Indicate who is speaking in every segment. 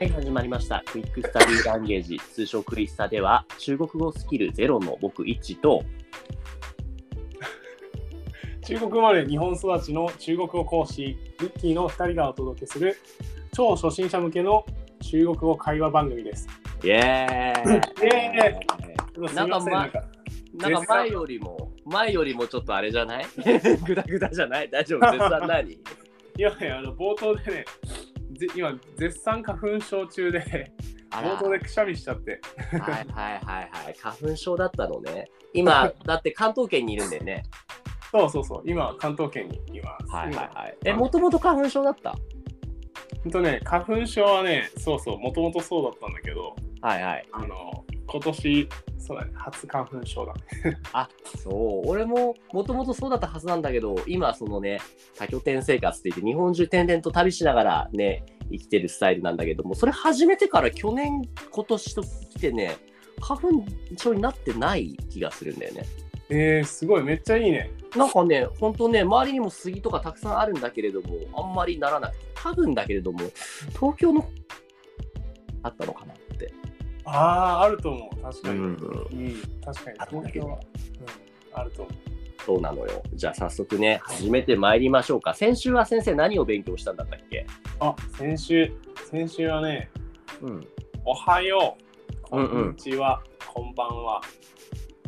Speaker 1: はい、始まりました。クイックスタディランゲージ、通称クイスタでは、中国語スキルゼロの僕1と、
Speaker 2: 中国生まれ日本育ちの中国語講師ミッキーの2人がお届けする超初心者向けの中国語会話番組です。
Speaker 1: イエーイ
Speaker 2: イエ
Speaker 1: ーイなんか
Speaker 2: すい
Speaker 1: ま
Speaker 2: ませんか
Speaker 1: なんか前よりも、前よりもちょっとあれじゃない グダグダじゃない大丈夫絶賛何
Speaker 2: いやいやあの冒頭でねぜ今絶賛花粉症中で
Speaker 1: あら
Speaker 2: 冒頭でくしゃみしちゃって
Speaker 1: はいはいはいはい。花粉症だったのね。今、だって関東圏にいるんだよね。
Speaker 2: そうそうそう今関東圏にいます。
Speaker 1: はい。え、もともと花粉症だった
Speaker 2: ほんとね花粉症はねそうそうもともとそうだったんだけど
Speaker 1: はいはい。
Speaker 2: あの今年そうだね初花粉症だね。
Speaker 1: あそう俺ももともとそうだったはずなんだけど今そのね多拠点生活って言って日本中転々と旅しながらね生きてるスタイルなんだけどもそれ始めてから去年今年と来てね花粉症になってない気がするんだよね
Speaker 2: えー、すごいめっちゃいいね。
Speaker 1: なんかねほんとね周りにも杉とかたくさんあるんだけれどもあんまりならなくて多分だけれども東京のあったのかなって
Speaker 2: あああると思う確かに。
Speaker 1: うん
Speaker 2: うん、確かに。
Speaker 1: あるんだけど
Speaker 2: 東京はうん、あると思
Speaker 1: そうなのよじゃあ早速ね始めてまいりましょうか先週は先生何を勉強したんだったっけ
Speaker 2: う。あ、先週、先週はね、
Speaker 1: うん
Speaker 2: おはよう、
Speaker 1: う
Speaker 2: こ
Speaker 1: んうん
Speaker 2: んにちは、こんばんは。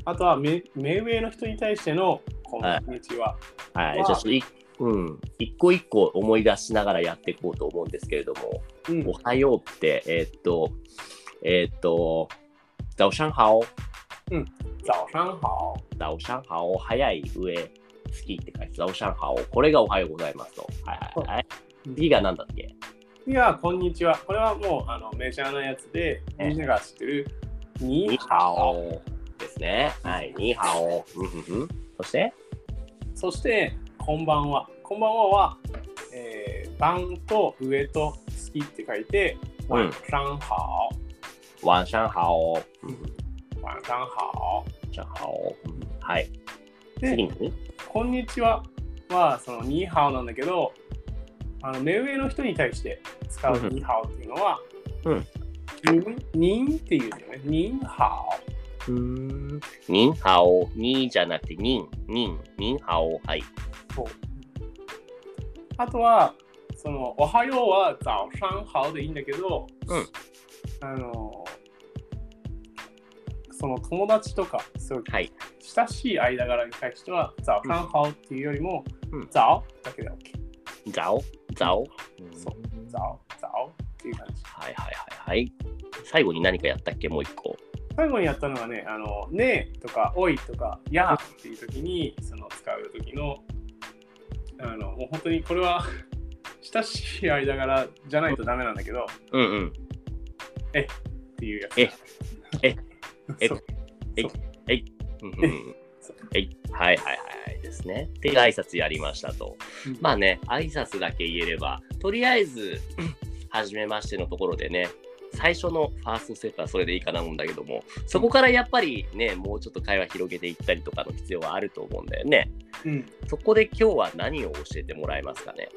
Speaker 2: あとは目、目上の人に対しての、こんにちは。
Speaker 1: はい、じゃ
Speaker 2: まあ
Speaker 1: あちょっとい、うん、一個一個思い出しながらやっていこうと思うんですけれども、
Speaker 2: うん
Speaker 1: おはようって、えーっと、えーっと、早上好、
Speaker 2: 早上好。
Speaker 1: 早上好、早い上、好きって書いて、早上好、これがおはようございますと。はいはいはい。
Speaker 2: うん
Speaker 1: 次が何だっけ
Speaker 2: 次は、こんにちは。これはもう、あの、メジャーなやつで、
Speaker 1: ええ
Speaker 2: みんなが知ってる、に
Speaker 1: にハオですね。はい、にハオ。うんうんうんそして、
Speaker 2: そして、こんばんは。こんばんはは、えー、晩と上と好きって書いて、
Speaker 1: う
Speaker 2: 晚
Speaker 1: ん
Speaker 2: 上好。
Speaker 1: 晚上好。うん
Speaker 2: 晚上好。
Speaker 1: 上好。うんはい。
Speaker 2: で
Speaker 1: 次に、
Speaker 2: こんにちははそのニーハオなんだけど、あの目上の人に対して使うニーハオっていうのは、
Speaker 1: うん
Speaker 2: ニン、ニンっていうんだよね。ニンハ
Speaker 1: うん。にハオ。にじゃなくて、にん、にん、にハオ。はい。
Speaker 2: オ。そうあとは、そのおはようは早上好でいいんだけど、
Speaker 1: うん
Speaker 2: あのその友達とか、すごい
Speaker 1: はい。
Speaker 2: 親しい間柄に対しては、早上好っていうよりも、
Speaker 1: うん
Speaker 2: 早だけで OK。
Speaker 1: ザオ、ザオ。。
Speaker 2: そう早、早っていう感じ。
Speaker 1: はいはいはいはい。最後に何かやったっけもう一個。
Speaker 2: 最後にやったのはね、あの、ねえとか、おいとか、やーっていう時に、その使う時の、あの、もう本当にこれは、 親しい間柄じゃないとダメなんだけど、っ
Speaker 1: うんうん。
Speaker 2: ていうやつ。
Speaker 1: えええ
Speaker 2: そう
Speaker 1: え
Speaker 2: そう
Speaker 1: うんうん
Speaker 2: そう
Speaker 1: はいはいはいはいですね。で、挨拶やりましたと。まあね、挨拶だけ言えれば、とりあえず、 初めましてのところでね、最初のファーストステップはそれでいいかなと思うんだけども、そこからやっぱりね、もうちょっと会話広げていったりとかの必要はあると思うんだよね。
Speaker 2: うん。
Speaker 1: そこで今日は何を教えてもらえますかね。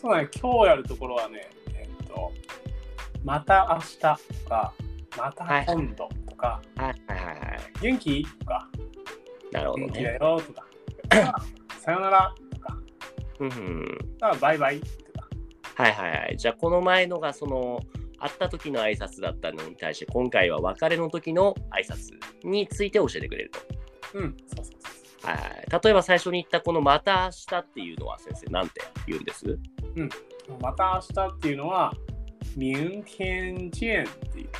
Speaker 2: そうだね、今日やるところはね、えっと、また明日とか、また今度とか、
Speaker 1: はいはいはいはい。
Speaker 2: 元気とか、
Speaker 1: なるほど
Speaker 2: 元気
Speaker 1: ね。
Speaker 2: だよとか、あさよならとか、
Speaker 1: うんうん
Speaker 2: あバイバイとか、
Speaker 1: はいはいはい。じゃあこの前のがその会った時の挨拶だったのに対して今回は別れの時の挨拶について教えてくれると。
Speaker 2: うん、そうそうそうそう。
Speaker 1: はいはい。例えば最初に言ったこのまた明日っていうのは先生なんて言うんです
Speaker 2: また明日っていうのは、明天见っていう。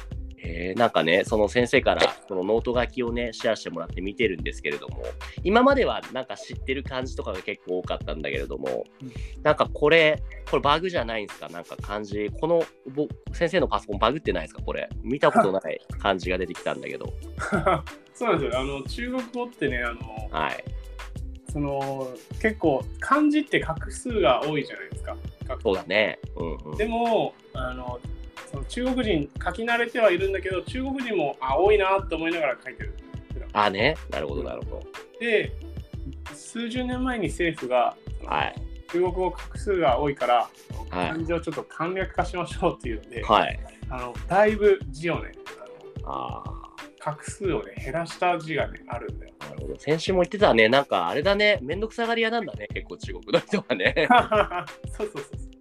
Speaker 1: えーなんかね、その先生からこのノート書きをね、シェアしてもらって見てるんですけれども、今まではなんか知ってる感じとかが結構多かったんだけれども
Speaker 2: うん、
Speaker 1: なんかこれ、これバグじゃないんですかなんか漢字、このぼ先生のパソコンバグってないですかこれ。見たことない漢字が出てきたんだけど。
Speaker 2: そうなんですよ。あの中国語ってね、あの
Speaker 1: はい。
Speaker 2: その結構漢字って画数が多いじゃないですか。画数
Speaker 1: そうだね。うんうん。
Speaker 2: でもあのその中国人書き慣れてはいるんだけど、中国人もあ多いなって思いながら書いてる。
Speaker 1: ああね。なるほど、なるほど。
Speaker 2: で、数十年前に政府が
Speaker 1: はい。
Speaker 2: 中国語画数が多いから、
Speaker 1: はい
Speaker 2: 漢字をちょっと簡略化しましょうっていうので、
Speaker 1: はい
Speaker 2: あのだいぶ字をねあ
Speaker 1: ああ
Speaker 2: の、画数をね、減らした字がね、あるん だよ。
Speaker 1: なるほど先週も言ってたね、なんかあれだね、めんどくさがり屋なんだね、結構中国の人はね。
Speaker 2: そうそうそうそう。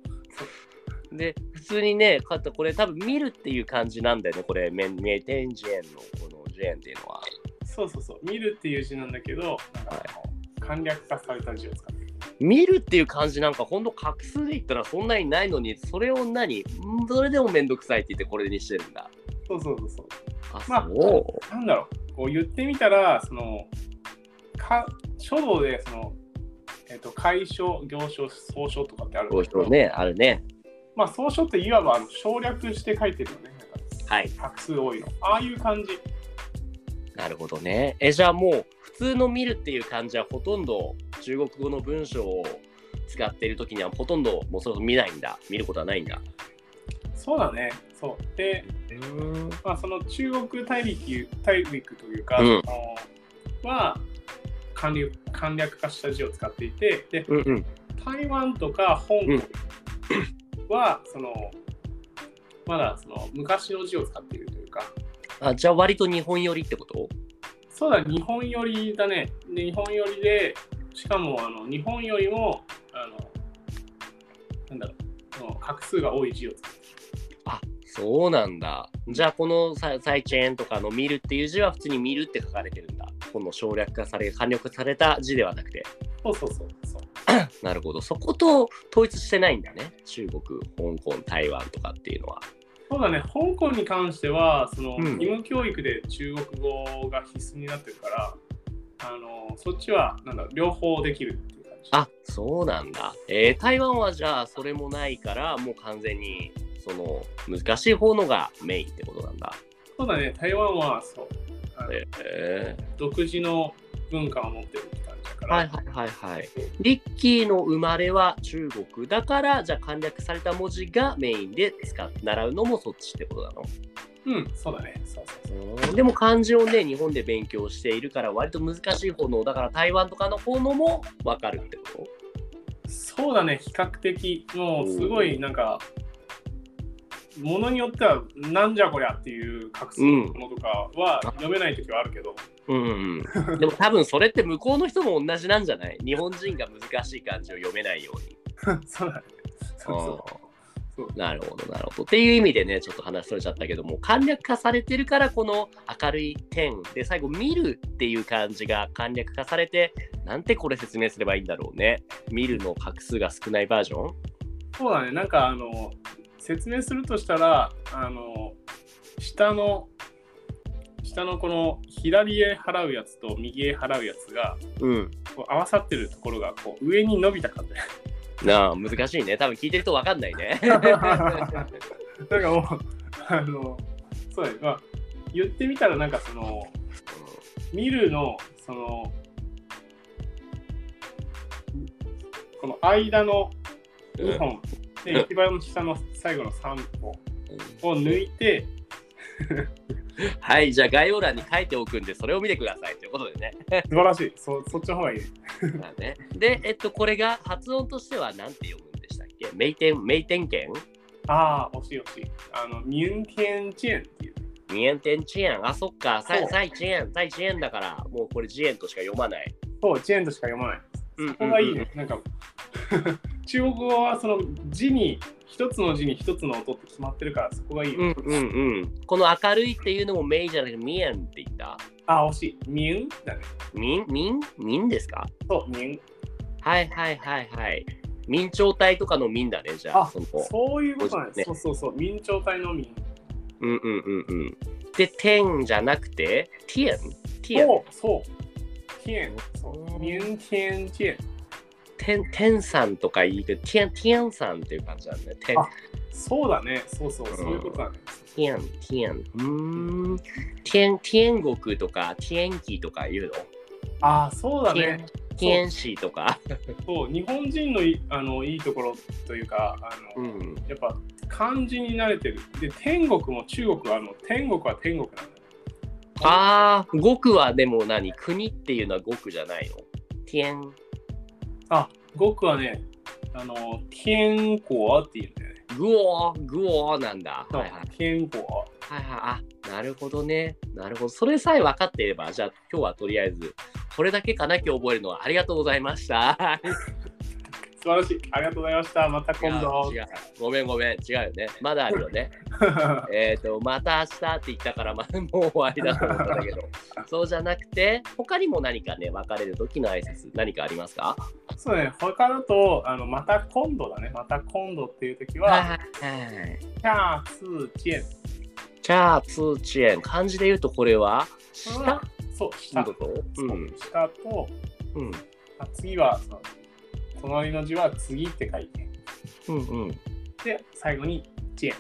Speaker 1: で、普通にね、かこれ多分見るっていう感じなんだよね、これ、メンメテンジェンのこのジェンっていうのは。
Speaker 2: そうそうそう。見るっていう字なんだけど、なんかこう簡略化された字を使ってる。
Speaker 1: 見るっていう感じなんか、ほんと画数で言ったらそんなにないのに、それを何、んそれでもめんどくさいって言ってこれにしてるんだ。
Speaker 2: そうそうそうそう。
Speaker 1: あ、
Speaker 2: まあ
Speaker 1: そう。
Speaker 2: なんだろう、こう言ってみたら、その、か書道で、その、えっ、と、楷書、行書、草書とかってあるん
Speaker 1: こうい
Speaker 2: だけ
Speaker 1: う
Speaker 2: ど、
Speaker 1: 人ね、あるね。
Speaker 2: まあ、草書っていわばあの省略して書いてるよね。なんか
Speaker 1: はい、
Speaker 2: 画数多いの。ああいう感じ。
Speaker 1: なるほどね。え、じゃあもう、普通の見るっていう感じはほとんど中国語の文章を使っている時にはほとんどもうそれを見ないんだ、見ることはないんだ。
Speaker 2: そうだね。そう。で、
Speaker 1: うん
Speaker 2: まあ、その中国大陸、大陸というか、
Speaker 1: うん
Speaker 2: そのは簡略、簡略化した字を使っていて、で、
Speaker 1: うん
Speaker 2: 台湾とか香港は、その、まだその昔の字を使っているというか、
Speaker 1: あじゃあ割と日本寄りってこと
Speaker 2: そうだ、日本寄りだね。で日本寄りで、しかもあの日本よりも、あの、なんだろう、その画数が多い字を使って
Speaker 1: あそうなんだじゃあこのサイサイチェーンとかの「見る」っていう字は普通に「見る」って書かれてるんだこの省略化され簡略化された字ではなくて
Speaker 2: そうそうそうそう。
Speaker 1: なるほどそこと統一してないんだね中国香港台湾とかっていうのは
Speaker 2: そうだね、香港に関しては、その
Speaker 1: うん
Speaker 2: 義務教育で中国語が必須になってるから、あのそっちはなんだ両方できるっていう感じ。
Speaker 1: あそうなんだ、えー台湾はじゃあそれもないからもう完全にその難しい方のがメインってことなんだ
Speaker 2: そうだね、台湾はそうあの
Speaker 1: え
Speaker 2: 独自の文化を持ってるって感じだか
Speaker 1: ー、
Speaker 2: ら、
Speaker 1: はいはいはいはいリッキーの生まれは中国だから、じゃあ簡略された文字がメインで使っ習うのもそっちってことなの。
Speaker 2: うん、そうだね、そうそうそう。
Speaker 1: でも漢字をね、日本で勉強しているから、割と難しい方の、だから台湾とかの方のも分かるってこ
Speaker 2: そうだね、比較的、もうすごいなんか、ものによっては、なんじゃこりゃっていう画数のものとかは読めない時はあるけど、
Speaker 1: とうん、うん。でも多分それって向こうの人も同じなんじゃない日本人が難しい漢字を読めないように。
Speaker 2: そうだね。そうそうそう
Speaker 1: なるほど、なるほど。っていう意味でね、ちょっと話それちゃったけども、簡略化されてるから、この明るい点で、最後、見るっていう感じが簡略化されて、なんてこれ説明すればいいんだろうね。見るの画数が少ないバージョン
Speaker 2: そうだね、なんかあの説明するとしたら、あの下の下のこの左へ払うやつと右へ払うやつが
Speaker 1: うん。
Speaker 2: こう合わさってるところがこう上に伸びた感じ。
Speaker 1: なあ、難しいね。多分聞いてると分かんないね。
Speaker 2: なんかもうあのそうだね、まあ、言ってみたらなんかその見るのそのこの間の
Speaker 1: うん
Speaker 2: 2本で一番下の最後の3本を抜いて
Speaker 1: はい、じゃあ概要欄に書いておくんで、それを見てくださいということでね。
Speaker 2: 素晴らしいそそっちの方がいい
Speaker 1: まあねで、えっと、これが発音としては何て読むんでしたっけ名店、名店券
Speaker 2: ああ、惜しい惜しい。あの、明天见っていう。
Speaker 1: 二円点遅延あ、そっか。
Speaker 2: そ
Speaker 1: 再
Speaker 2: う
Speaker 1: 再遅延、再遅延だから、もうこれ遅延としか読まない。
Speaker 2: そう、チェーンとしか読まない。
Speaker 1: うん
Speaker 2: そこがいいね。なんか、 中国語はその字に、一つの字に一つの音って決まってるから、そこがいいよ。
Speaker 1: うんうんうん。この明るいっていうのもメイじゃなくて、ミエンって言った。
Speaker 2: ああ、惜しい。明だね。
Speaker 1: ミン、ミン、ミンですか
Speaker 2: そう、明。
Speaker 1: はいはいはいはい。明朝体とかのミンだね、じゃあ。
Speaker 2: あ、
Speaker 1: その
Speaker 2: そういうことなんです。
Speaker 1: ね
Speaker 2: そうそうそう。明朝体の明。
Speaker 1: うんうんうんうん。で、天じゃなくて、ティエン。ティエン。
Speaker 2: そう、そう。天、そう。明天见。
Speaker 1: 天、天さんとか言うけど、ティエン、ティエンさんっていう感じなんだね。天
Speaker 2: あそうだね。そうそう、そういうことだね。
Speaker 1: 天、天。うーん。天、天国とか、天気とか言うの
Speaker 2: ああ、そうだね。
Speaker 1: 天使とか。
Speaker 2: そう日本人のいあのいいところというかあの、
Speaker 1: ん。
Speaker 2: やっぱ漢字に慣れてるで天国も中国はあの天国は天国なんだよ
Speaker 1: ああ、極はでも何国っていうのは極じゃないの天。
Speaker 2: あ極はねあの、天果っていうんだよね。
Speaker 1: グオーグオーなんだ。はいはい。
Speaker 2: 天果。
Speaker 1: はいはい。あ、なるほどね。なるほど。それさえ分かっていれば、じゃあ今日はとりあえず、これだけかな、今日覚えるのはありがとうございました。
Speaker 2: 素晴らしい。ありがとうございました。また今度
Speaker 1: 違。う違うごめんごめん。違うよね。まだあるよね。えっと、また明日って言ったから、まあ、もう終わりだと思ったんだけど、そうじゃなくて、他にも何かね、別れる時の挨拶何かありますか
Speaker 2: そうね、他だと、あのまた今度だね。また今度っていう時は、
Speaker 1: はい。
Speaker 2: チャーツーチェン。
Speaker 1: チャーツーチェーン。漢字で言うとこれは、
Speaker 2: これ
Speaker 1: 下
Speaker 2: はそう、
Speaker 1: う
Speaker 2: 下。
Speaker 1: んことうん。
Speaker 2: 下と、
Speaker 1: うん。
Speaker 2: あ次は、その隣の字は次って書いて。
Speaker 1: うんうん。
Speaker 2: で、最後に、チェン。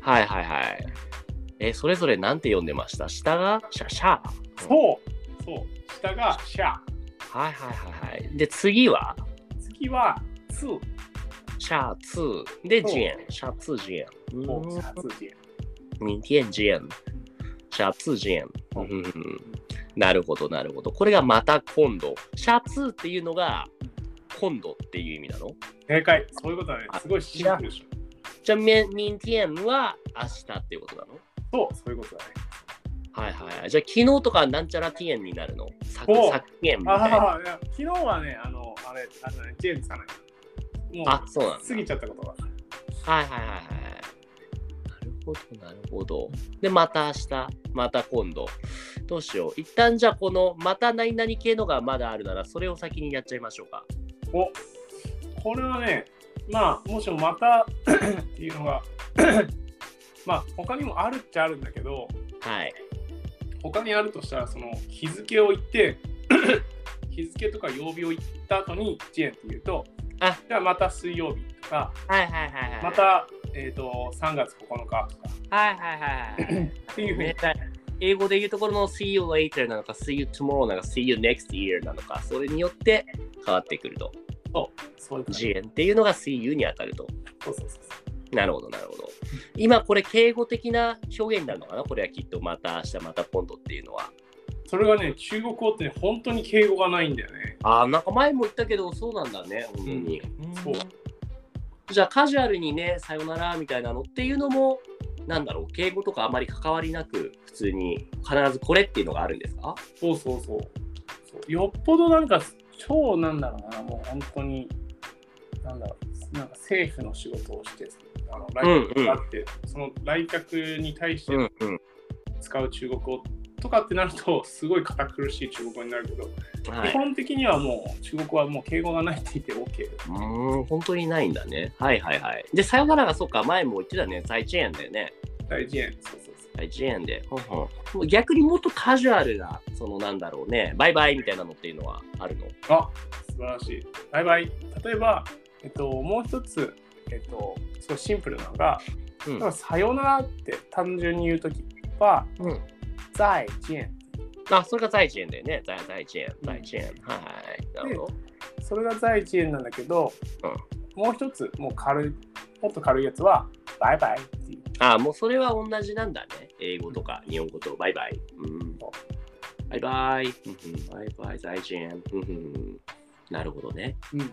Speaker 1: はいはいはい。え、それぞれなんて読んでました下がシャシャ。
Speaker 2: そう、そう、下がシャ。
Speaker 1: はいはいはいはい。で、次は
Speaker 2: 次は、ツー。
Speaker 1: シャツー。で、
Speaker 2: そう
Speaker 1: ジエン。シャツージエン。
Speaker 2: お
Speaker 1: う
Speaker 2: シ
Speaker 1: ん
Speaker 2: ャツーチェン。
Speaker 1: 明天见，下次见。
Speaker 2: う
Speaker 1: うんんなるほど、なるほど。これがまた今度。シャツっていうのが今度っていう意味なの
Speaker 2: 正解。そういうことだね
Speaker 1: あ。
Speaker 2: すごいシンプルでしょ。
Speaker 1: じゃあ、明明天は明日っていうことなの
Speaker 2: そう、そういうことだね。
Speaker 1: はいはい。じゃあ、昨日とかなんちゃら天になるの昨
Speaker 2: お
Speaker 1: 昨天みたいな。
Speaker 2: ああ、いや昨日はね、あの、あれ、あれだね、チェンつかない。もう、
Speaker 1: あ、そうなんだ
Speaker 2: 過。ぎちゃったことが。
Speaker 1: はいはいはいはい。なるほど、なるほど。で、また明日、また今度。どうしよう。一旦じゃあ、このまた何々系のがまだあるなら、それを先にやっちゃいましょうか。
Speaker 2: おこれはね、まあ、もしもまた っていうのが、 まあ、他にもあるっちゃあるんだけど、
Speaker 1: はい。
Speaker 2: 他にあるとしたら、その日付を言って、 日付とか曜日を言った後に、チェーンって言うと、
Speaker 1: あ
Speaker 2: じゃあまた水曜日とか、
Speaker 1: はいはいはいはい。
Speaker 2: また、えっ、と、3月9日とか、
Speaker 1: はいはいはい。
Speaker 2: っていうふうに、
Speaker 1: 英語で言うところの See you later なのか See you tomorrow なのか See you next year なのかそれによって変わってくると。
Speaker 2: そういう感
Speaker 1: ジ
Speaker 2: じ。
Speaker 1: エンっていうのが See you に当たると。
Speaker 2: そうそうそう
Speaker 1: なるほどなるほど。今これ敬語的な表現になるのかなこれはきっとまた明日また今度っていうのは。
Speaker 2: それがね、中国語って、ね、本当に敬語がないんだよね。
Speaker 1: ああ、なんか前も言ったけどそうなんだね、本当に。
Speaker 2: そう
Speaker 1: じゃあカジュアルにね、さよならみたいなのっていうのも、なんだろう、敬語とかあまり関わりなく、普通に必ずこれっていうのがあるんですか
Speaker 2: そうそうそう。そうよっぽどなんか、超なんだろうな、もう本当に、なんだろう、なんか政府の仕事をして、あの来客があって、その来客に対して
Speaker 1: うんうん。
Speaker 2: 使う中国語とかってなると、すごい堅苦しい中国語になるけど、
Speaker 1: は
Speaker 2: 基
Speaker 1: い、
Speaker 2: 本的にはもう中国語はもう敬語がないって言って OK。
Speaker 1: うーん、本当にないんだね。はいはいはい。で、さよならが、そうか、前も言ってたね、再チェーンだよね。
Speaker 2: 大事やん。そうそうそう。
Speaker 1: 再チェーンで。ほんほんもう逆にもっとカジュアルな、そのなんだろうね、バイバイみたいなのっていうのはあるの
Speaker 2: あ素晴らしい。バイバイ。例えば、えっと、もう一つ、えっと、すごいシンプルなのが、
Speaker 1: うん
Speaker 2: 例えばさよならって単純に言うときは、
Speaker 1: うん。
Speaker 2: 再见。
Speaker 1: あ、それが再チェーンだよね。再再チェーン、再チェーン。はいはい。なるほど。
Speaker 2: それが在地円なんだけど、もう一つ、もう軽い、もっと軽いやつは、バイバイっていう。
Speaker 1: あ、もうそれは同じなんだね。英語とか日本語とバイバイ。うん。バイバイ。うんうんバイバイ、再チェーン。うんうんなるほどね。
Speaker 2: うん、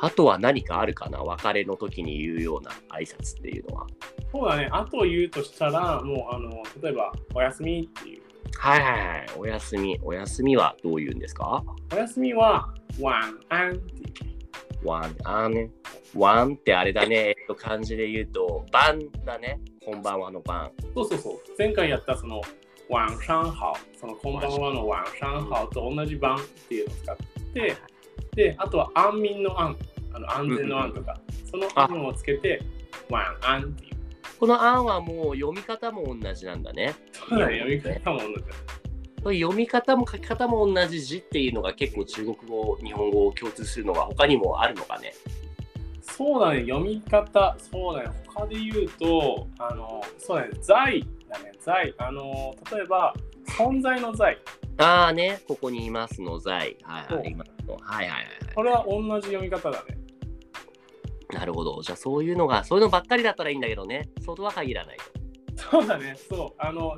Speaker 1: あとは何かあるかな別れの時に言うような挨拶っていうのは。
Speaker 2: そうだね、あと言うとしたら、もうあの例えば、おやすみっていう。
Speaker 1: はいはいはい。おやすみ。おやすみはどう言うんですか
Speaker 2: おやすみは、ワンアンっていう。
Speaker 1: ワン、あーね。ワンってあれだね。えっと、漢字で言うと、晩だね。こんばんはの晩。
Speaker 2: そうそうそう、前回やったその、ワンシャンハオ、そのこんばんはのワンシャンハオと同じ番っていうのを使って、で、あとは安眠の安、あの安全の安とか、その
Speaker 1: あ
Speaker 2: 安をつけて、ワンアンっていう。
Speaker 1: この案はもう読み方も同じなんだね。
Speaker 2: そうだね、読み方も同じだね。
Speaker 1: 読み方も書き方も同じ字っていうのが結構中国語、日本語を共通するのが他にもあるのかね。
Speaker 2: そうだね、読み方、そうだね、他で言うと、あの、そうだね、在だね、在、あの、例えば、存在の在、
Speaker 1: ああね、ここにいますの在。はい
Speaker 2: そ
Speaker 1: は
Speaker 2: う
Speaker 1: い、いますの。はいはいはい
Speaker 2: これは同じ読み方だね。
Speaker 1: はい。なるほど。じゃあそういうのが、そういうのばっかりだったらいいんだけどね。それは限らないと。
Speaker 2: そうだね、そう、あの、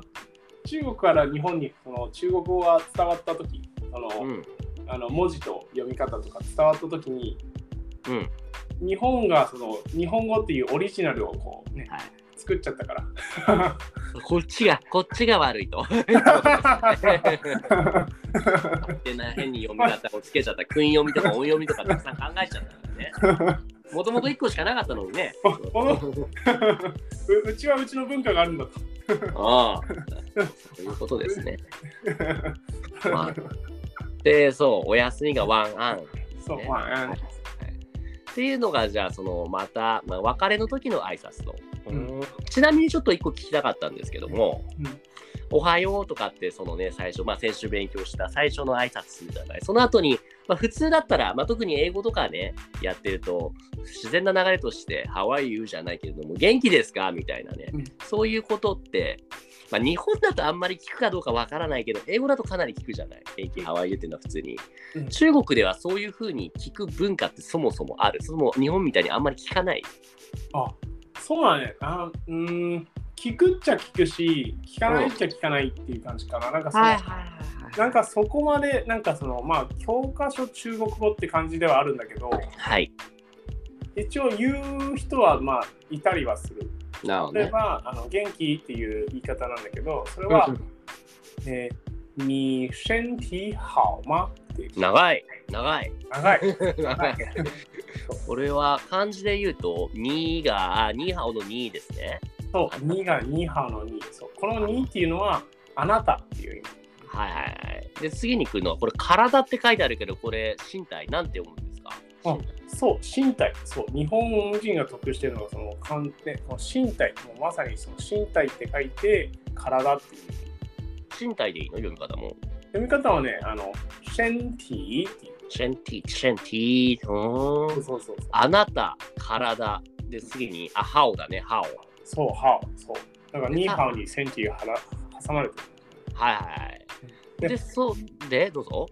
Speaker 2: 中国から日本にその中国語が伝わった時その、
Speaker 1: うん。
Speaker 2: あの文字と読み方とか伝わった時に、
Speaker 1: うん
Speaker 2: 日本がその日本語っていうオリジナルをこうね、
Speaker 1: はい
Speaker 2: 作っちゃったから。
Speaker 1: こっちが、こっちが悪いと。でな変に読み方をつけちゃった、訓読みとか音読みとかたくさん考えちゃったからね。 もともと1個しかなかったのにね。
Speaker 2: このううちはうちの文化があるんだと。
Speaker 1: ああ、そういうことですね。まあ、で、そう、お休みがワンアン。
Speaker 2: そう、
Speaker 1: ね
Speaker 2: まあ、
Speaker 1: っていうのが、じゃあ、その、また、まあ、別れの時の挨拶と。
Speaker 2: うん
Speaker 1: ちなみにちょっと一個聞きたかったんですけども、
Speaker 2: うん
Speaker 1: おはようとかって、そのね、最初、まあ、先週勉強した最初の挨拶するじゃない。その後に、まあ、普通だったら、まあ、特に英語とかね、やってると、自然な流れとして、How are you? じゃないけれども、元気ですかみたいなね、
Speaker 2: うん
Speaker 1: そういうことって、まあ、日本だとあんまり聞くかどうかわからないけど、英語だとかなり聞くじゃない。元気、How are you? っていうのは普通に。
Speaker 2: うん
Speaker 1: 中国ではそういうふうに聞く文化ってそもそもある。そも日本みたいにあんまり聞かない。
Speaker 2: あそうだね。あうーん聞くっちゃ聞くし、聞かないっちゃ聞かないっていう感じかな。なんかその、
Speaker 1: はい
Speaker 2: なんかそこまで、なんかその、まあ、教科書中国語って感じではあるんだけど、
Speaker 1: はい。
Speaker 2: 一応言う人は、まあ、いたりはする。
Speaker 1: なるほど
Speaker 2: 例え
Speaker 1: ね。
Speaker 2: ば、あの元気っていう言い方なんだけど、それは、
Speaker 1: うん
Speaker 2: えー、你身体好吗っていう。
Speaker 1: 長い長い
Speaker 2: 長い。
Speaker 1: 長いこれは漢字で言うと2があニーハオの2ですね
Speaker 2: そう、にがにハのに。そうこのにっていうのは、あなたっていう意味。
Speaker 1: はいはいはいで次に来るのはこれ体って書いてあるけどこれ身体なんて読むんですか
Speaker 2: あそう、身体。そう、日本人が得しているのが、その、かんね、この身体。もうまさにその身体って書いて、体っていう。
Speaker 1: 身体でいいの読み方も
Speaker 2: 読み方はね、あの、身体っていう。
Speaker 1: シェンティシェンティう
Speaker 2: そ
Speaker 1: ー
Speaker 2: うんそうそうそう。
Speaker 1: あなた体で次にあハオだねハオ
Speaker 2: そう、ハオ。そう。だから、ニーハオに線っていうはら挟まれて
Speaker 1: はいはいはいで
Speaker 2: で
Speaker 1: そうでどうぞ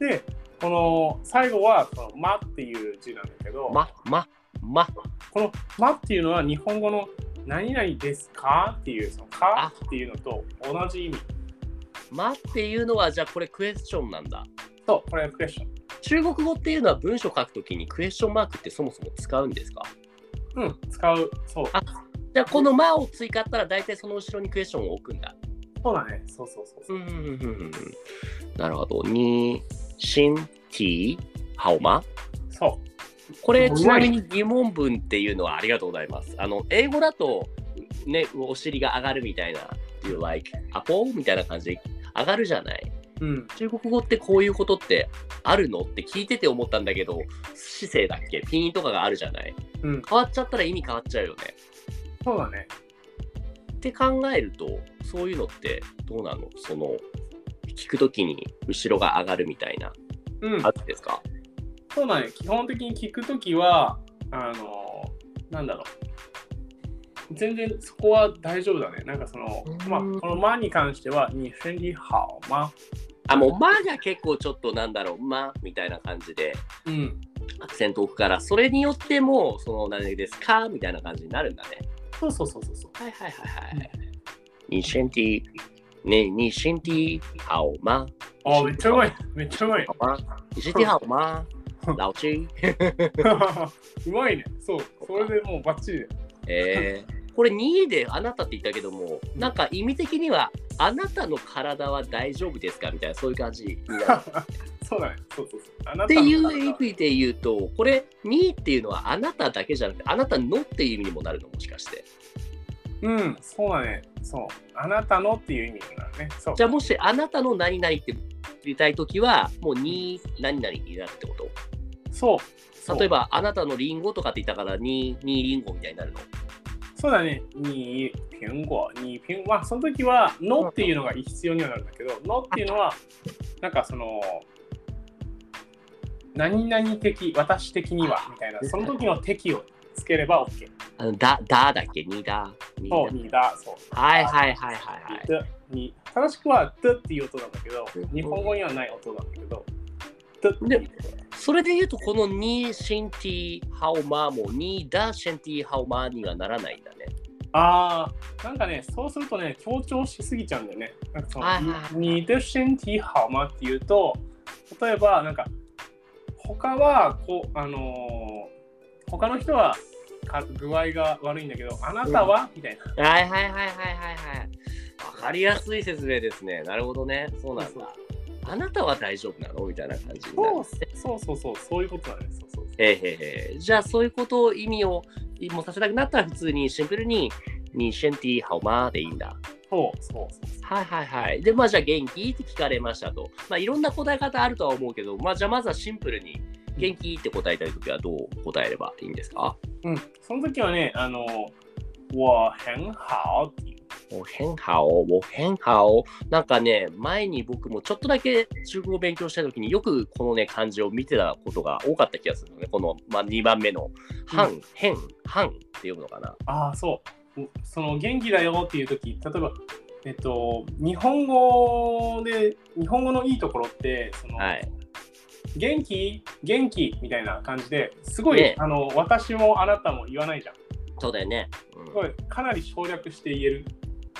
Speaker 2: る。で、この最後は、この、まっていう字なんだけど、
Speaker 1: ままま
Speaker 2: この、まっていうのは日本語の、何々ですかっていう、その、かっていうのと同じ意味。
Speaker 1: まっていうのはじゃあこれクエスチョンなんだ
Speaker 2: そう、これはクエスチョン。
Speaker 1: 中国語っていうのは文章書くときにクエスチョンマークってそもそも使うんですか
Speaker 2: うん、使う。そう。
Speaker 1: あじゃあこの「ま」を追加ったら大体その後ろにクエスチョンを置くんだ。
Speaker 2: そうだね。そうそうそうそう。
Speaker 1: んうんうんうん。なるほど。に、しん、き、はおま。
Speaker 2: そう。
Speaker 1: これ
Speaker 2: うまい
Speaker 1: ちなみに疑問文っていうのはありがとうございます。あの英語だとね、お尻が上がるみたいな、you like apple みたいな感じで上がるじゃない。
Speaker 2: うん、
Speaker 1: 中国語ってこういうことってあるのって聞いてて思ったんだけど、姿勢だっけピンとかがあるじゃない。
Speaker 2: うん、
Speaker 1: 変わっちゃったら意味変わっちゃうよね。
Speaker 2: そうだね。
Speaker 1: って考えるとそういうのってどうなのその聞くときに後ろが上がるみたいな
Speaker 2: うん、
Speaker 1: あるんですか
Speaker 2: そうだね。基本的に聞くときは、あの、なんだろう。全然そこは大丈夫だね。なんかその
Speaker 1: うん、
Speaker 2: まあ、この間に関しては、にフェンリーハオマ。
Speaker 1: あもう「ま」が結構ちょっとなんだろう「ま」みたいな感じで
Speaker 2: うん、
Speaker 1: アクセント置くからそれによってもその何ですかみたいな感じになるんだね
Speaker 2: そうそうそうそうそう。
Speaker 1: はいはいはいはいにしんてぃねにしんてぃはおま
Speaker 2: あ、めっちゃうまい。 めっちゃうまい。
Speaker 1: はおまにしんてぃはおまラオチ
Speaker 2: うまいね。そう。それでもうバッチリだよ。
Speaker 1: えー、これ2位であなたって言ったけども、なんか意味的には、あなたの体は大丈夫ですかみたいな、そういう感じになる。
Speaker 2: そうだね。そうそうそう。あな
Speaker 1: って
Speaker 2: たの
Speaker 1: いう
Speaker 2: 体
Speaker 1: 意
Speaker 2: は
Speaker 1: 味で言うと、これ2位っていうのはあなただけじゃなくて、あなたのっていう意味にもなるの、もしかして。
Speaker 2: うん、そうだね。そう。あなたのっていう意味になるね。そう
Speaker 1: じ。ゃあもしあなたの何々って言いたいときは、もう2何々になるってこ
Speaker 2: そう。そ
Speaker 1: と
Speaker 2: う
Speaker 1: 例えば、あなたのリンゴとかって言ったから2、2リンゴみたいになるの。
Speaker 2: そうだね。に苹果、に苹果。まあ、その時は、のっていうのが必要にはなるんだけど、のっていうのは、なんかその、何々的、私的には、みたいな、その時の敵をつければ OK。
Speaker 1: あのだ、だだっけ ?2 だ。にだ
Speaker 2: そう、にだ、そう。
Speaker 1: はいはいはいはいはい。
Speaker 2: でに正しくは、でっていう音なんだけど
Speaker 1: うん、
Speaker 2: 日本語にはない音なんだけど、でっていう音
Speaker 1: それで言うと、このにシンティハオマもにダシンティハオマにはならないんだね。
Speaker 2: あーなんかね、そうするとね、強調しすぎちゃうんだよね。なんかそ
Speaker 1: はいはいは
Speaker 2: の、に你的身体好吗っていうと、例えば、なんか、他は、こう、あの他の人はか具合が悪いんだけど、あなたは、みたいな。
Speaker 1: はいはいはいはいはいはい。わかりやすい説明ですね。なるほどね。そうなんだ。あなたは大丈夫なのみたいな感じになる。
Speaker 2: そうそうそう、そういうことなんです。そうそう
Speaker 1: へーへーへーじゃあそういうことを意味をもうさせなくなったら普通にシンプルに「にシェンティーハオマー」でいいんだ。
Speaker 2: そうそうそうそう
Speaker 1: はいはいはい。でまあじゃあ元気って聞かれましたと。まあいろんな答え方あるとは思うけど、まあじゃあまずはシンプルに「元気?」って答えたいときはどう答えればいいんですか
Speaker 2: うん、その時はね、あの、我很好っていう。
Speaker 1: お変ハオ、お変ハオ。なんかね、前に僕もちょっとだけ中国語を勉強したときによくこのね、漢字を見てたことが多かった気がするのね。この、まあ、2番目の、ハン、ヘン、ハンって読むのかな。
Speaker 2: ああ、そう。うその元気だよっていう時、例えば、えっと、日本語で、日本語のいいところって、その、
Speaker 1: はい
Speaker 2: 元気元気みたいな感じですごい、
Speaker 1: ね
Speaker 2: あの私もあなたも言わないじゃん。
Speaker 1: そうだよね。うん
Speaker 2: すごいかなり省略して言える。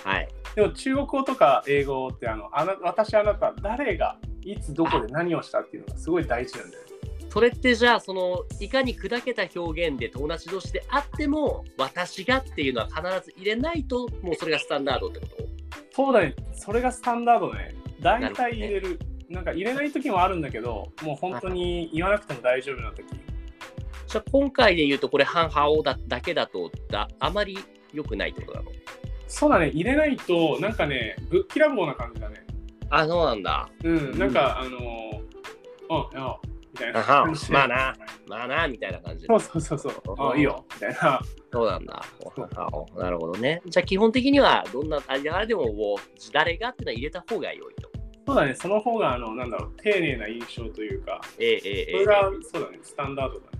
Speaker 1: はい。
Speaker 2: でも中国語とか英語ってあのあな私あなた誰がいつどこで何をしたっていうのがすごい大事なんだよね。
Speaker 1: それってじゃあ、その、いかに砕けた表現で友達同士であっても、私がっていうのは必ず入れないと、もうそれがスタンダードってこと
Speaker 2: そうだね、それがスタンダードだね。大
Speaker 1: なるほど
Speaker 2: 体
Speaker 1: ね
Speaker 2: 入れる。なんか入れない時もあるんだけど、もう本当に言わなくても大丈夫な時。
Speaker 1: じゃあ、今回で言うと、これ、ハンハオだだけだとだ、あまり良くないってことなの
Speaker 2: そうだね、入れないとなんかね、ぶっきらぼうな感じだね。
Speaker 1: あ、そうなんだ。
Speaker 2: うん、なんか、あのうん、うん、みたいな感じで。
Speaker 1: まあなまあな、みたいな感じで
Speaker 2: そうそうそうそう。あいいよ。みたいな。
Speaker 1: そうなんだ。おなるほどね。じゃあ基本的にはどんなあれがでもお誰がっていうのは入れた方が良いと。
Speaker 2: そうだね。その方が、あの、なんだろう、丁寧な印象というか、
Speaker 1: えええ
Speaker 2: そ
Speaker 1: ええ
Speaker 2: れ
Speaker 1: え
Speaker 2: が、そうだね、スタンダードだね。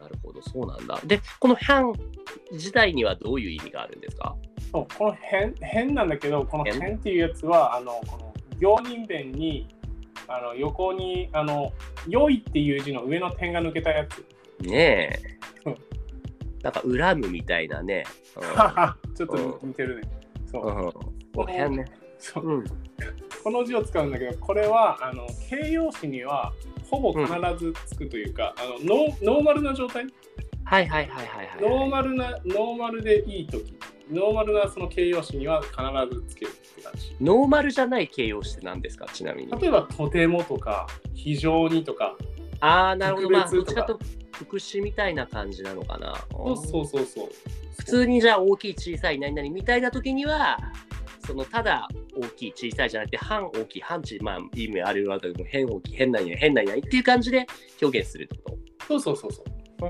Speaker 1: なるほど、そうなんだ。で、この「ハン」自体にはどういう意味があるんですか
Speaker 2: そうこの変、変なんだけど、この
Speaker 1: 変
Speaker 2: 変っていうやつは、あの、この、行人弁に、あの、横に、あの、良いっていう字の上の点が抜けたやつ。
Speaker 1: ね
Speaker 2: う
Speaker 1: え
Speaker 2: ん。
Speaker 1: なんか恨むみたいなね。
Speaker 2: ちょっと似てるね。そうう。
Speaker 1: ん。 うん、お部屋ね。
Speaker 2: そう
Speaker 1: うん。
Speaker 2: この字を使うんだけど、これは、あの、形容詞には、ほぼ必ずつくというか、あのノー、ノーマルな状態
Speaker 1: はいはいはいはいはい。
Speaker 2: ノーマルな、ノーマルでいいとき、ノーマルなその形容詞には必ずつけるって感じ。
Speaker 1: ノーマルじゃない形容詞って何ですかちなみに。
Speaker 2: 例えば、とてもとか、非常にとか、
Speaker 1: ああ、なるほど。まあ、
Speaker 2: 特
Speaker 1: どっ
Speaker 2: 別
Speaker 1: ち
Speaker 2: とか
Speaker 1: かと福祉みたいな感じなのかな。
Speaker 2: そうそうそうそう。
Speaker 1: 普通にじゃあ大きい小さい何々みたいな時にはそのただ大きい小さいじゃなくて半大きい半小まあ意味あるわけでも変大きい変何々変何々っていう感じで表現するってこ
Speaker 2: そうそうそうそう。
Speaker 1: と、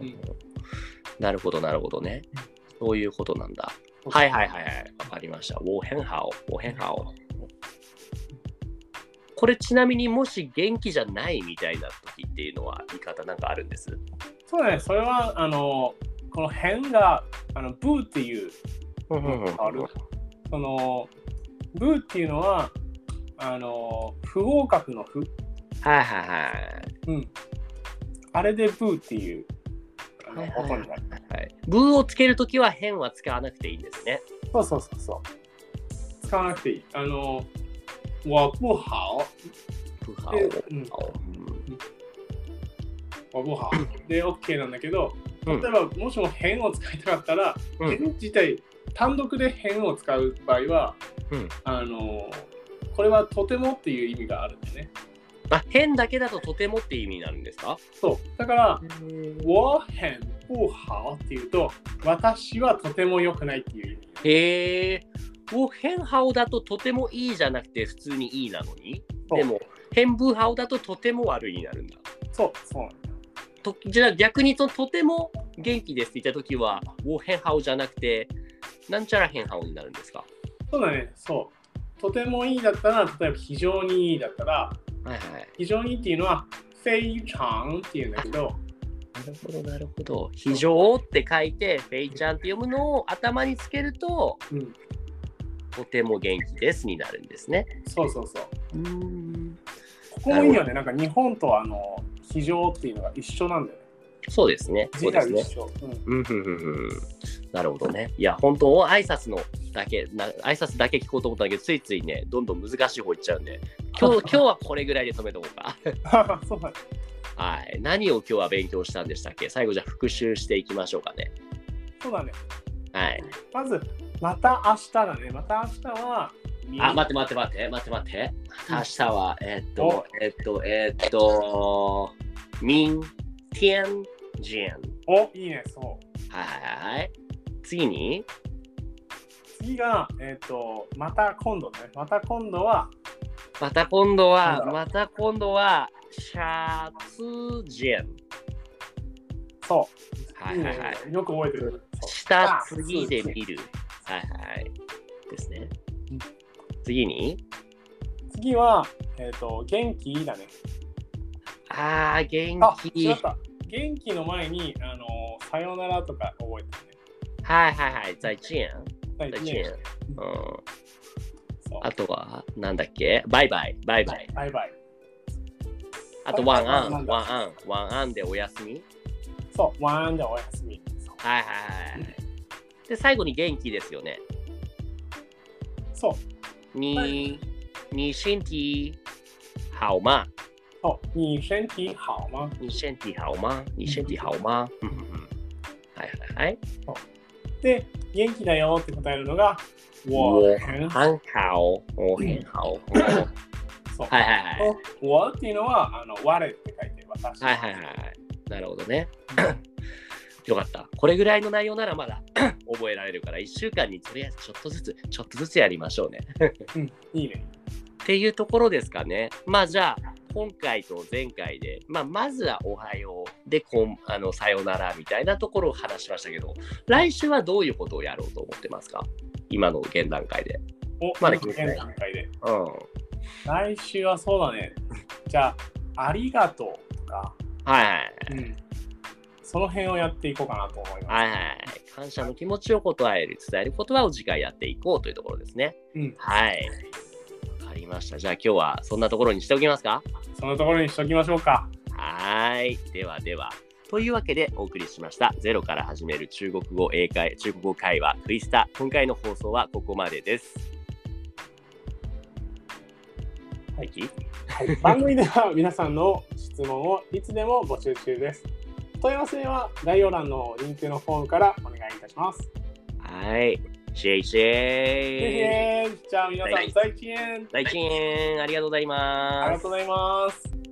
Speaker 2: うん
Speaker 1: なるほどなるほどねそういうことなんだ
Speaker 2: うん
Speaker 1: はいはいはいはいわかりましたウォーヘンハオウォーヘンハオこれちなみにもし元気じゃないみたいな時っていうのは言い方なんかあるんです
Speaker 2: そうだね、それは、あの、この辺が、あの、ブーっていう、あるその、ブーっていうのは、あの、不合格の不。
Speaker 1: はいはいはい
Speaker 2: うん。あれでブーっていう、あの
Speaker 1: はいはい
Speaker 2: 音になる。
Speaker 1: はい、ブーをつけるときは変は使わなくていいんですね。
Speaker 2: そうそうそうそう。使わなくていい。あの、我不好。
Speaker 1: ブハ
Speaker 2: でうん
Speaker 1: オ。
Speaker 2: 我不好。で、OK なんだけど、
Speaker 1: う
Speaker 2: 例え
Speaker 1: ん
Speaker 2: ば、もしも変を使いたかったら、
Speaker 1: うん
Speaker 2: 変自体、単独で変を使う場合は、
Speaker 1: うん
Speaker 2: あの、これはとてもっていう意味があるんだよね。
Speaker 1: あ変だけだととてもって意味になるんですか
Speaker 2: そう。だから、我很不好っていうと、私はとても良くないっていう意味。
Speaker 1: へえ。お変ハオだととてもいいじゃなくて普通にいいなのに。
Speaker 2: そう
Speaker 1: でも変ブーハオだととても悪いになるんだ。
Speaker 2: そう、そうなんだ。
Speaker 1: とじゃあ逆にととても元気ですって言ったときはお変ハオじゃなくてなんちゃら変ハオになるんですか
Speaker 2: そうだね、そう。とてもいいだったら、例えば非常にいいだったら、
Speaker 1: はいはい。
Speaker 2: 非常にっていうのは、非常っていうんだけど、
Speaker 1: なるほど、なるほど。非常って書いて、フェイちゃんって読むのを頭につけると、
Speaker 2: うん、
Speaker 1: とても元気ですになるんですね。
Speaker 2: そうそうそ
Speaker 1: う
Speaker 2: う。
Speaker 1: ん。
Speaker 2: ここもいいよね、なんか日本とあの、非常っていうのが一緒なんだよね。
Speaker 1: そうですね。そ
Speaker 2: 字
Speaker 1: うで
Speaker 2: が
Speaker 1: すね。
Speaker 2: 一緒。うん
Speaker 1: うんうんうんうんなるほどね。いや、本当、挨拶のだけ、な挨拶だけ聞こうと思ったんだけど、ついつい ね、どんどん難しい方いっちゃうんで、今日今日はこれぐらいで止めとこうか。
Speaker 2: そうだね。
Speaker 1: はい。何を今日は勉強したんでしたっけ最後じゃあ復習していきましょうかね。
Speaker 2: そうだね。
Speaker 1: はい。
Speaker 2: まず、また明日だね。また明日は、
Speaker 1: あ、待って待って待って、待って待って。また明日は、えーっと、えーっと、えーっと、明天见。
Speaker 2: お、いいね、そう。
Speaker 1: はい。次に、
Speaker 2: 次が、えっ、と、また今度ね。また今度は、
Speaker 1: また今度
Speaker 2: なん
Speaker 1: は、
Speaker 2: だろう
Speaker 1: また今度は、シャツ见。
Speaker 2: そ
Speaker 1: は
Speaker 2: う。
Speaker 1: い
Speaker 2: いい
Speaker 1: は
Speaker 2: ね
Speaker 1: いはい。
Speaker 2: いいねよく覚えてる。そう
Speaker 1: 下次で見る。はいはい。ですね
Speaker 2: うん。
Speaker 1: 次に、
Speaker 2: 次は、えっ、と、元気だね。
Speaker 1: あー、元
Speaker 2: あ、
Speaker 1: 気。
Speaker 2: 違
Speaker 1: は
Speaker 2: っ
Speaker 1: い
Speaker 2: た。元気の前に、あの、さよならとか覚えてるね。
Speaker 1: はいはい。再见。
Speaker 2: はい
Speaker 1: 再
Speaker 2: いいね
Speaker 1: 见。うん。
Speaker 2: そう
Speaker 1: あとは、なんだっけバイバイ。バイバイ。
Speaker 2: バイバイ。
Speaker 1: あと、ワンア
Speaker 2: な
Speaker 1: ン。
Speaker 2: んだ
Speaker 1: ワンアン。ワンアンでお休み。
Speaker 2: そう、ワンでおやすみ。そう
Speaker 1: はいはいはい。で、最後に元気ですよね。
Speaker 2: そう、
Speaker 1: に、に、身体好吗？
Speaker 2: そう你身体好吗
Speaker 1: 你身体好吗？你身体好吗？うんうんうんはいはいはい。
Speaker 2: で、元気だよって答えるのが、我
Speaker 1: 我
Speaker 2: 很好。
Speaker 1: 很好，我很好。うん
Speaker 2: そう
Speaker 1: はいはいはい。
Speaker 2: 我っていうのは、あの、我って書いて、私。
Speaker 1: はいはいはい。なるほどね。よかった。これぐらいの内容ならまだ覚えられるから、1週間にとりあえずちょっとずつ、ちょっとずつやりましょうね。
Speaker 2: うん、いいね。
Speaker 1: っていうところですかね。まあじゃあ、今回と前回で、まあまずはおはようで、こんあのさよならみたいなところを話しましたけど、来週はどういうことをやろうと思ってますか今の現段階で。
Speaker 2: お、
Speaker 1: まだ
Speaker 2: 現
Speaker 1: 決めてない
Speaker 2: 段階で。
Speaker 1: うん。
Speaker 2: 来週はそうだね。じゃあ、ありがとうとか、
Speaker 1: はいはい。
Speaker 2: うん、その辺をやっていこうかなと思います。
Speaker 1: はいはいはい。感謝の気持ちを答える、伝える言葉を次回やっていこうというところですね。
Speaker 2: うん、
Speaker 1: はい。わかりました。じゃあ今日はそんなところにしておきますか
Speaker 2: そのところにしときましょうか。
Speaker 1: はーい。ではでは。というわけでお送りしました。ゼロから始める中国語英会、中国語会話クイスタ。今回の放送はここまでです。はい。
Speaker 2: はい番組では皆さんの質問をいつでも募集中です。問い合わせは概要欄のリンクのフォームからお願いいたします。
Speaker 1: はい。シェイシ
Speaker 2: ぜひ
Speaker 1: ェイ。
Speaker 2: ねじゃあ皆さん、再見。
Speaker 1: 大金ありがとうございます。
Speaker 2: ありがとうございます。